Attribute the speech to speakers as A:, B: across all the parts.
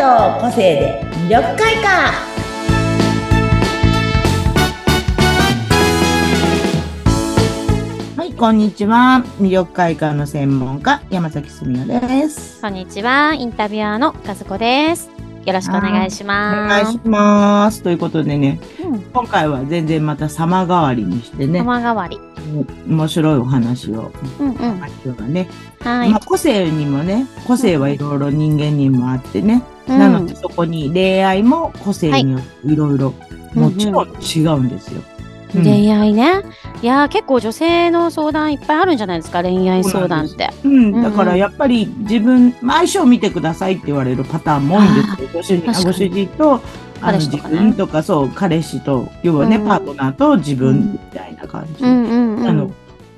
A: の個性で魅力開花はい、こんにちは。魅力開花の専門家、山崎すみおです。
B: こんにちは、インタビュアーの和子です。よろしくお願いし
A: お
B: ま
A: 願い
B: す
A: し。ます。ということでね、
B: うん
A: 今回は全然また様変わりにしてね、
B: 玉代わり。
A: 面白いお話を、
B: うんうん。
A: 今日はね、
B: はい
A: まあ、。個性にもね、個性はいろいろ人間にもあってね、
B: うん
A: なのでそこに恋愛も個性によっていろいろ、
B: い
A: もちろん違うんですよ。うん
B: 恋愛ね。いやー、結構女性の相談いっぱいあるんじゃないですか、恋愛相談って。
A: うん、だからやっぱり自分、まあ相性を見てくださいって言われるパターンも多いんですよ。ご主人、
B: 確か
A: あ
B: に
A: ご主人と、あの
B: 彼氏
A: 自
B: とかね
A: 分とかそう、彼氏と、要はね、
B: うん
A: パートナーと自分みたいな感じ。
B: うんうんう
A: あ
B: ん
A: の。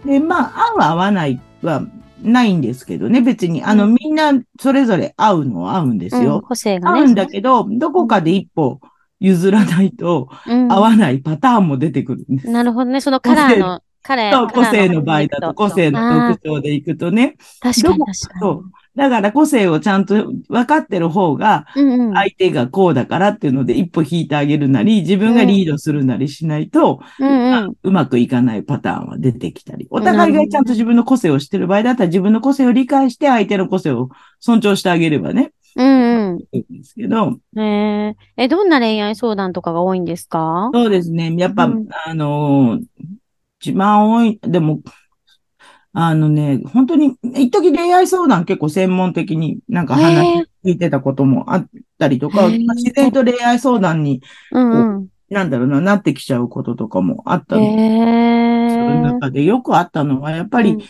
A: で、まあ、合う合わないはないんですけどね、別に、あの、
B: う
A: みんなそれぞれ合うのは合うんですよ。
B: うん個性がね。
A: 合うんだけど、どこかで一歩譲らないと
B: うん
A: 合わないパターンも出てくるんです。
B: なるほどね。そのカラーの、カラ
A: そう
B: ー
A: 個性の場合だと、個性の
B: あー
A: 特徴でいくとね。
B: 確かに
A: どこ
B: 確か
A: そ
B: に。
A: う。だから個性をちゃんと分かってる方が、
B: うんうん。
A: 相手がこうだからっていうので一歩引いてあげるなり、自分がリードするなりしないと、
B: うんうん。
A: うまくいかないパターンは出てきたり、お互いがちゃんと自分の個性を知ってる場合だったら、自分の個性を理解して相手の個性を尊重してあげればね、
B: うん
A: いいんですけど、
B: うん。えー、え、どんな恋愛相談とかが多いんですか
A: そうですね。やっぱ、
B: うん
A: あのー一番多い、でも、あのね、本当に、一時恋愛相談結構専門的になんか
B: へ
A: 話
B: え
A: 聞いてたこともあったりとか、
B: へえ
A: まあ自然と恋愛相談に、
B: うんうん。
A: なんだろうな、なってきちゃうこととかもあったりする
B: えー。
A: 中で、よくあったのは、やっぱり、
B: うん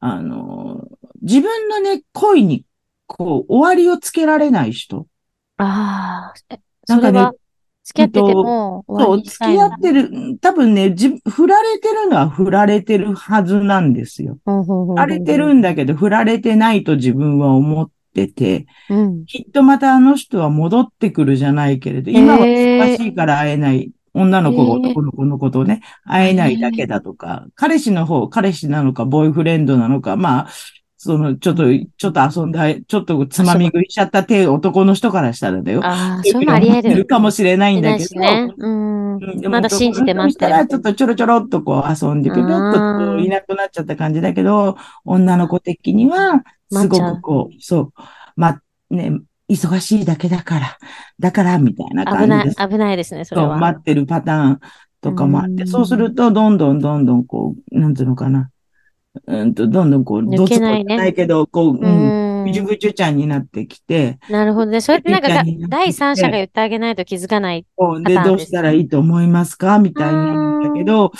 A: あのー自分のね、恋に、こう、終わりをつけられない人。
B: ああ、え
A: なん
B: そ
A: か
B: れ
A: ね
B: は、付き合ってても、終
A: そ
B: わり
A: う、
B: にし
A: 付
B: たい
A: き合
B: な
A: ってる、うん多分ね、じ、振られてるのは振られてるはずなんですよ。
B: ほうほうほうほう
A: 振られてるんだけど、振られてないと自分は思ってて、
B: うん。
A: きっとまたあの人は戻ってくるじゃないけれど、今は忙しいから会えない、女の子が
B: へー
A: 男の子のことをね、会えないだけだとか、彼氏の方、彼氏なのか、ボーイフレンドなのか、まあ、その、ちょっと、ちょっと遊んだ、ちょっとつまみ食いしちゃった手、男の人からしたらだよ。
B: ああ、そういうのあり
A: 思っ
B: 得
A: てる
B: る。
A: かもしれないんだ
B: ない
A: け
B: し
A: ど、
B: ね。うん
A: うん。
B: まだ信じて待って
A: た
B: る
A: ら、ちょっとちょろちょろっとこう遊んでくる
B: あ
A: と、
B: ー
A: いなくなっちゃった感じだけど、女の子的には、すご
B: 待っちゃ
A: く
B: う
A: こう、そう、ま、ね、忙しいだけだから、だから、みたいな感
B: 危な
A: じ
B: い
A: で、、
B: 危ないですね、それ
A: そう、待
B: は。
A: ってるパターンとかもあっ
B: う
A: て、
B: ん
A: そうすると、どんどんどんどんこう、なんていうのかな、うんと、どんどんこう、
B: 抜けな
A: ど
B: いね
A: つぼじゃないけど、こう、
B: う
A: うん、
B: ん
A: ぐ。じゅぐじゅちゃんになってきて、
B: なるほどね。それってなんか
A: いい
B: が
A: 感じになって、
B: 第三者が言ってあげないと気づかない。
A: こうで、
B: パター
A: ど
B: ン
A: う
B: ですね
A: したらいいと思いますかみたいになるんだけど、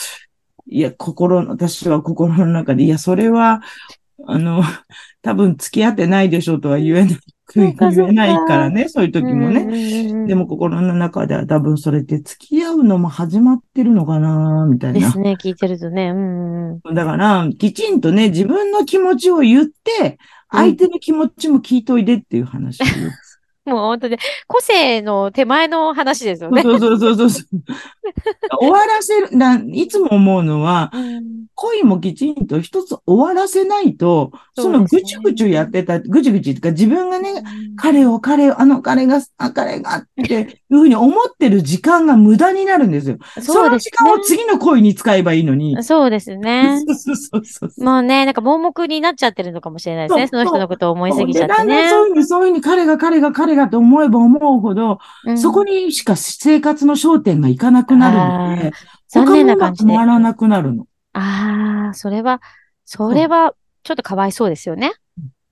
A: いや、心の、私は心の中で、いや、それは、あの、多分付き合ってないでしょうとは言えない、
B: そうか
A: 言えないからね、そういう時もね。
B: ね
A: でも心の中では多分それって付き合うのも始まってるのかな、みたい
B: で
A: な
B: す。ね、聞いてるとね。うんうん。
A: だから、きちんとね、自分の気持ちを言って、相手の気持ちも聞いといでっていう話を。
B: もう本当に、個性の手前の話ですよね。
A: そうそうそうそうそう。 終わらせる、ないつも思うのは、
B: うん
A: 恋もきちんと一つ終わらせないと、その
B: そうですね
A: ぐちゅぐちゅやってた、ぐちゅぐちゅっていうか自分がね、彼を彼を、あの彼が、あ彼がっていうふうに思ってる時間が無駄になるんですよ。そ
B: そう
A: の
B: で
A: 時
B: す
A: 間を次の恋に使えばいいのに
B: ね。。そうですね。
A: そうそうそうそう。
B: もうね、なんか盲目になっちゃってるのかもしれないですね。
A: そ
B: そうの人のことを思いすぎちゃ
A: でだ
B: って
A: んだん
B: ね。
A: そういうふうに、そういうふうに彼が彼が彼がと思えば思うほど、
B: うん
A: そこにしか生活の焦点がいかなくなるので、他
B: 残
A: も
B: 念な
A: うま
B: 感じ
A: く
B: で。
A: 回らなくなるの。
B: ああ、それは、それは、ちょっとかわいそうですよね。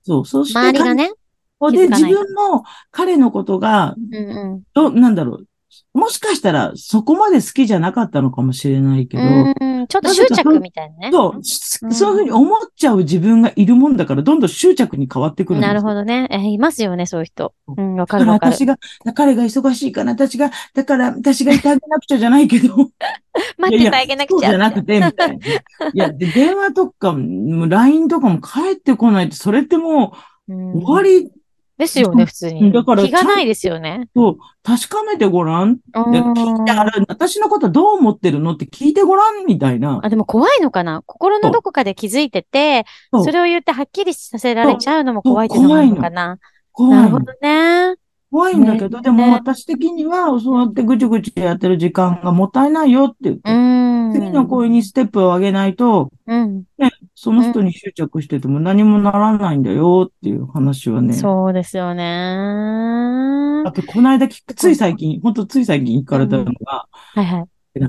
A: そう、そうして
B: 周りがね。
A: ここで
B: 気づか
A: 自
B: ない
A: 分も彼のことが、
B: うんうん。
A: ど、なんだろう。もしかしたらそこまで好きじゃなかったのかもしれないけど、
B: うん、ちょっと執着みたいなね。
A: そう、し
B: うん
A: そういうふうに思っちゃう自分がいるもんだから、どんどん執着に変わってくるんです
B: な
A: よ
B: るほどね。えーいますよね、そういう人。うん、わか
A: だか
B: る
A: ら
B: わかる。
A: 私が、彼が忙しいから、私が、だから私がいてあげなくちゃじゃないけど、
B: 待っててあげなくち
A: い
B: ゃ
A: やいやそうじゃなくて、みたいな。いや、で電話とか、も LINE とかも返ってこないと、それってもう終わ
B: り
A: り
B: ですよね、普通
A: う
B: に。
A: んだから
B: 気がないですよね。
A: と確かめてごらん
B: あ
A: で聞いてあ
B: ー
A: る私のことどう思ってるのって聞いてごらんみたいな。
B: あ、でも怖いのかな心のどこかで気づいてて、
A: そう
B: それを言ってはっきりさせられちゃうのも怖いっていうのもあるのかな
A: 怖
B: ないるほ
A: の
B: どね。
A: 怖いんだけど、でも私的には、そうやってぐちぐちやってる時間がもったいないよって言っ
B: う
A: て、
B: ん。
A: 次の恋にステップを上げないと、
B: うん。
A: その人に執着してても何もならないんだよっていう話はね。
B: そうですよね。
A: あ
B: は
A: と、この間聞く、つい最近、ほんとつい最近聞かれたのが、
B: いはい。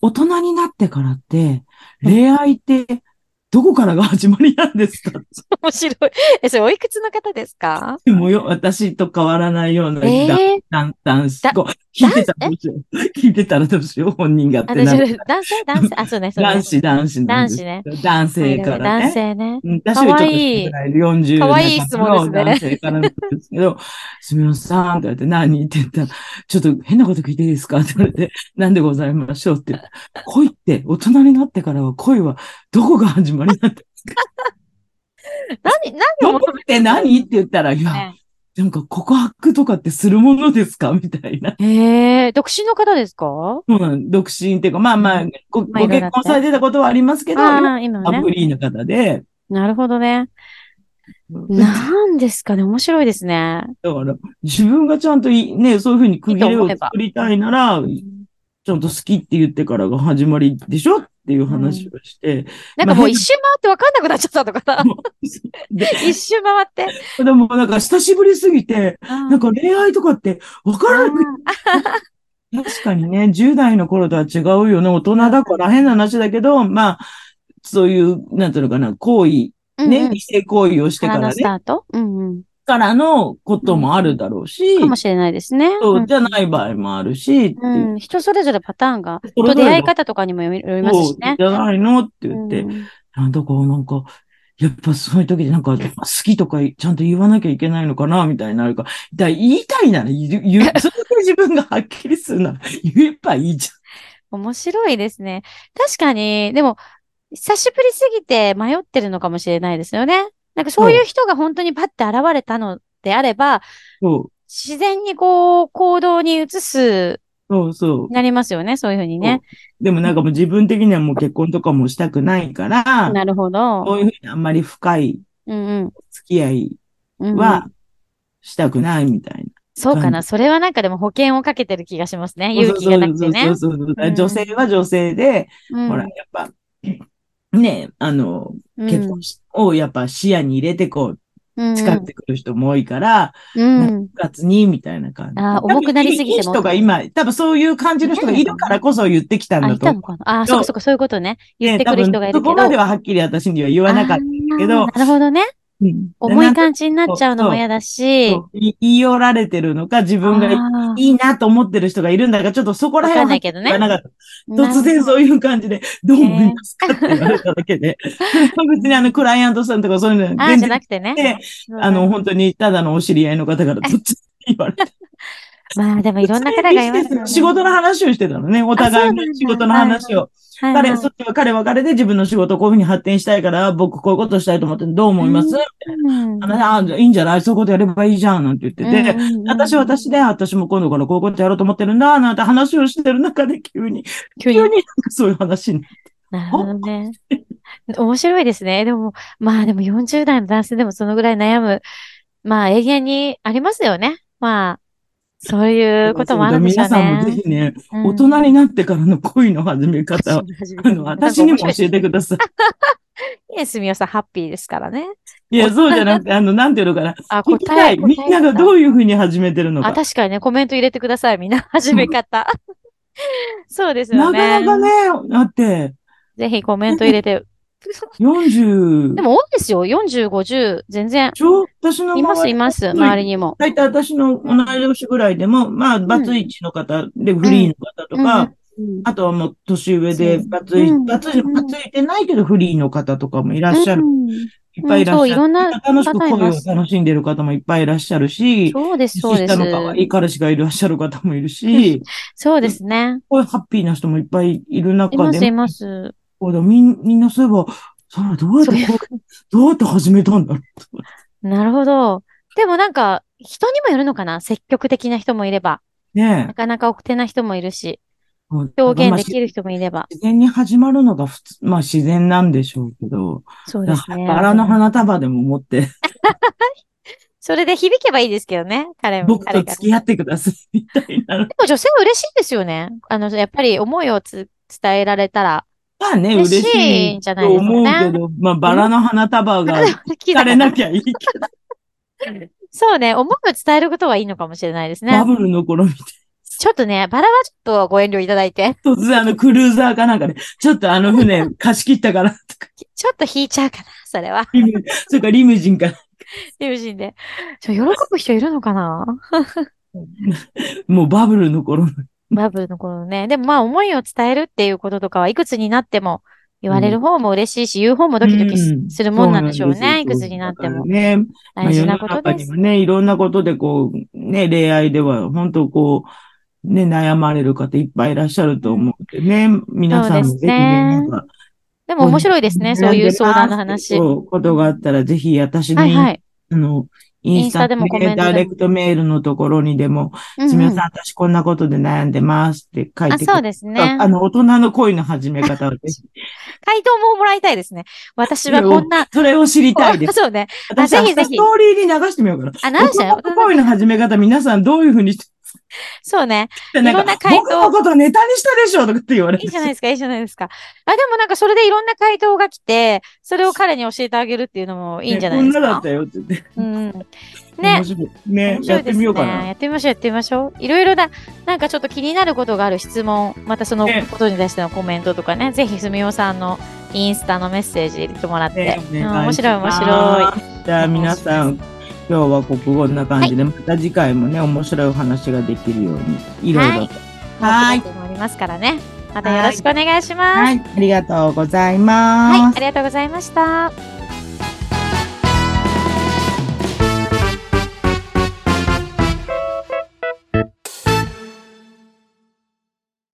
A: 大人になってからって、恋愛って、どこからが始まりなんですかっ
B: 面白い。え、それおいくつの方ですか
A: て、もうよ、私と変わらないような、
B: えー、
A: 男男子
B: だ
A: こう聞いてたらどうしよう。聞いてたらどうしよう、本人がっ
B: あ、
A: て
B: 大
A: な
B: 丈
A: る。
B: 夫男性男性あ、そうね、そうね。
A: 男子、男子なんで
B: 男子
A: す。
B: ね。
A: 男性から
B: 男
A: ね。
B: 性ね。
A: うん私よりちょっと少ない40
B: かわいい
A: 代の男性からなんですけど、 すみません、って言われて、何って言ったら、ちょっと変なこと聞いていいですかって言われて、なんでございましょうって言って。恋って、大人になってからは恋はどこが始まりなんて、
B: 何、 何を
A: どこ
B: 求め
A: って何って言ったら、い
B: て
A: や、
B: ね
A: なんか告白とかってするものですかみたいな。
B: へえ、独身の方ですか
A: そうなん独身っていうか、まあまあ
B: うん、
A: ご
B: まあい
A: ご
B: ろいろ
A: 結婚されてたことはありますけど、
B: ああ、今
A: ア
B: ね
A: プ。リの方で、
B: なるほどね。
A: だ
B: なんですかね。面白いですね。
A: から、自分がちゃんといね、そういうふうに区切れを作りたいなら、ちゃんと好きって言ってからが始まりでしょっていう話をして、
B: なんかもう一周回って分かんなくなっちゃったと かな。
A: で、
B: 一周回って。
A: でもなんか久しぶりすぎて、
B: な
A: なんか恋愛とかって分からなく確かにね、10代の頃とは違うよね。大人だから変な話だけど、まあ、そういう、なんていうのかな、行為、ね、異性行為をしてか
B: か
A: ら
B: らの
A: ね
B: ス、タートうんうん。
A: からのこともあるだろうし、
B: かもしれないですね。
A: そううんじゃない場合もあるし、って
B: う、
A: いうん
B: 人それぞれパターンが、
A: それぞれ
B: と
A: の
B: 出会い方とかにもよりよります
A: そう
B: しね。
A: じゃないのって言って、
B: うん
A: なんだか、なんか、やっぱそういう時でなんか、好きとかちゃんと言わなきゃいけないのかな、みたいになるから、だから言いたいなら言う、言う、それで自分がはっきりするなら言えばいいじ
B: 面白いですね。確かに、でも、久しぶりすぎて迷ってるのかもしれないですよね。なんかそういう人が本当にパッて現れたのであれば、
A: ゃん。そう、
B: 自然にこう、行動に移す、
A: そうそう。
B: なりますよね。そういうふうにね。
A: でもなんかもう自分的にはもう結婚とかもしたくないから、
B: なるほ
A: そ
B: ど。
A: ういうふうにあんまり深い
B: うんうん
A: 付き合い
B: うんうん。
A: はしたくないみたいな。
B: そうか
A: 感
B: な。
A: じ
B: それはなんかでも保険をかけてる気がしますね。勇気がなくてね
A: そう。そうそうそう
B: うん
A: 女性は女性で、ほら、やっぱ、ね、あの、結婚しをやっぱ視野に入れてこう、
B: 婚
A: 使ってくる人も多いから、
B: うん。
A: 部活に、みたいな感じ。
B: あー重くなりすぎても
A: 多分いい人が今、多分そういう感じの人がいるからこそ言ってきたん
B: あ、
A: だ
B: い
A: と思う。
B: たのかなあ、
A: そ
B: そううそう、そういうことね。言っ
A: ね
B: てくる人がいるけ
A: 多分そこ
B: ど。
A: までははっきり私には言わなかった。けど
B: あーなるほどね。
A: うん
B: 重い感じになっちゃうのも嫌だし。
A: そう言い言い寄られてるのか、自分がい
B: あー
A: いなと思ってる人がいるんだが、ちょっとそこら
B: わか
A: 辺は
B: んな
A: はいっき
B: けど
A: り
B: ね
A: 言わ。なかった。突然そういう感じで、どう思いますかって言われただけ で、別にあの、クライアントさんとかそういうの
B: なるほどあー、
A: 全
B: じゃな
A: 然、
B: くてね。
A: あの、、本当にただのお知り合いの方からどっち言われて。
B: まあでもいろんな方がいますよね。
A: 仕事の話をしてたのね。お互いの仕事の話を。
B: はいはい
A: 彼、そっちは彼は彼で自分の仕事をこういうふうに発展したいから、僕こういうことしたいと思ってどう思います、
B: うん
A: ああ、いいんじゃないそういうことやればいいじゃん、なんて言ってて。
B: うんうんうん
A: 私は私で、私も今度からこういうことやろうと思ってるんだ、なんて話をしてる中で急に、
B: 急に
A: 急になんかそういう話になって
B: なるほどね。 面白いですね。でも、まあでも40代の男性でもそのぐらい悩む。まあ永遠にありますよね。まあ、そういうこともあるんでしょ
A: 皆
B: う
A: さんもぜ
B: ね。
A: ひね、
B: うん
A: 大人になってからの恋の始め 方を、あの、私にも教えてくださ
B: ね、すみおさん、ハッピーですからね。
A: い。いや、そうじゃなくて、あの、なんていうのかな。
B: あ、
A: 聞きたい。みんながど
B: う
A: ういうふうに始めてるの
B: あ、
A: か。
B: 確かにね、コメント入れてください、みんな。 始め方。 そうです
A: な
B: よね。
A: かなかね、だって、
B: ぜひコメント入れて。
A: 40、
B: でも多いですよ。40、50、全然。
A: ちょ私の
B: います、いま す、周り
A: に。
B: にも。
A: 大体私の同い年ぐらいでも、まあ、バツイチの方でフリーの方とか、
B: うん
A: あとはもう年上で
B: そう
A: バツイ、
B: うん
A: バツイ、バツイてないけどフリーの方とかもいらっしゃる。
B: うん
A: いっぱいいらっしゃる。
B: うんそういろんな
A: 楽しく恋
B: 方いま
A: を
B: す
A: 楽しんでる方もいっぱいいらっしゃるし、
B: そうです、そう
A: 年
B: で
A: 下の
B: す。
A: 可愛い彼氏がいらっしゃる方もいるし、
B: そうですね。
A: こういうハッピーな人もいっぱいいる
B: い
A: 中
B: ます、い
A: で、
B: ます。
A: こうだみんみんなそういえば、それどうやってこう、どうやって始めたんだろうと。
B: なるほど。でもなんか、人にもよるのかな積極的な人もいれば。
A: ね
B: なかなか奥手な人もいるし、
A: え。
B: 表現で
A: まあ
B: きる人もいれば。
A: 自然に始まるのが普通、まあ自然なんでしょうけど、
B: そう
A: だ
B: で
A: か
B: す
A: ら
B: ね。
A: バラの花束でも持って、
B: それで響けばいいですけどね、彼も。
A: 僕
B: 彼
A: と
B: が
A: 付き合ってください、みたいな。
B: でも女性は嬉しいですよね。あの、やっぱり思いをつ伝えられたら。
A: まあね、
B: 嬉し
A: 嬉
B: い
A: しい
B: んじゃない
A: と
B: ですかね
A: 思うけど、まあ、バラの花束が聞かれなきゃいいけど、
B: そうね、思いを伝えることはいいのかもしれないですね
A: バ。ブルの頃みたい
B: ちょっとね、バラはちょっとご遠慮いただいて、
A: な。突然あのクルーザーかなんかで、ちょっとあの船貸し切ったから、とか、
B: ちょっと引いちゃうかな、それは。
A: リムそれからリムジンから。
B: 友人で。ちょ、喜ぶ人いるのかな
A: もうバブルの頃の。
B: バブルの頃ね。でもまあ思いを伝えるっていうこととかはいくつになっても言われる方も嬉しいし、言う方もドキドキす
A: うん
B: するもんなんでしょう
A: そな
B: ね。
A: ん
B: い
A: で
B: く
A: すよ
B: つになって
A: だ
B: も
A: から。ね、まあ
B: 大事なこと
A: 世の中
B: で
A: に
B: す
A: は。ね、いろんなことでこう、ね、恋愛では本当こう、ね、悩まれる方いっぱいいらっしゃると思うんでね、皆さんも
B: そうです
A: ぜひ
B: ね
A: ね、なんか、
B: でも面白いですね。そういう相談の話。
A: そう、ことがあったら、ぜひ私の
B: は
A: イ
B: い
A: ン、
B: はい。
A: あの、インス
B: インスタ
A: タ
B: で
A: で
B: もコメントでも
A: ダイレクトメールのところにでも、
B: うん
A: すみません、
B: うん
A: 私こんなことで悩んでますって書い
B: あ、
A: て
B: そう
A: で
B: ですね
A: あ。の、大人の恋の始め方をぜひ、
B: 回答ももらいたいですね。私はこんな、
A: それを知りたいです。
B: そうね。
A: 私、
B: ぜひ
A: 明
B: ぜ
A: 日ス
B: ひ
A: トーリーに流してみようかな。
B: あ、
A: 大
B: 何し
A: 人
B: た
A: の恋の始め方、皆さんどういうふうにして、
B: そうね。
A: なん
B: いろんな
A: か、
B: 回答
A: 僕のことネタにしたでしょとかって言われ
B: い
A: て。
B: いじゃないですか、いいじゃないですか。あ、でもなんかそれでいろんな回答が来て、それを彼に教えてあげるっていうのもいいんじゃないです
A: ねこんなだ
B: か
A: っ。たよって言って。
B: うん。ね
A: 面。白い。ね
B: 面、白
A: や
B: い
A: っ
B: で
A: て
B: す
A: み
B: ね。
A: ようかな。
B: やってみましょう、やってみましょう。いろいろな、なんかちょっと気になることがある質問、またその
A: ね
B: ことに対してのコメントとかね、ぜひすみおさんのインスタのメッセージ入れてもらって、
A: ね
B: うん面白い、面白い。
A: い。じゃあ皆さん、今日はこここんな感じで、また次回もね、面白いお話ができるように、いろいろと。はい。
B: もうコメントもありますからね。またよろしくお願いします。
A: はい。ありがとうございます。
B: はい、ありがとうございました。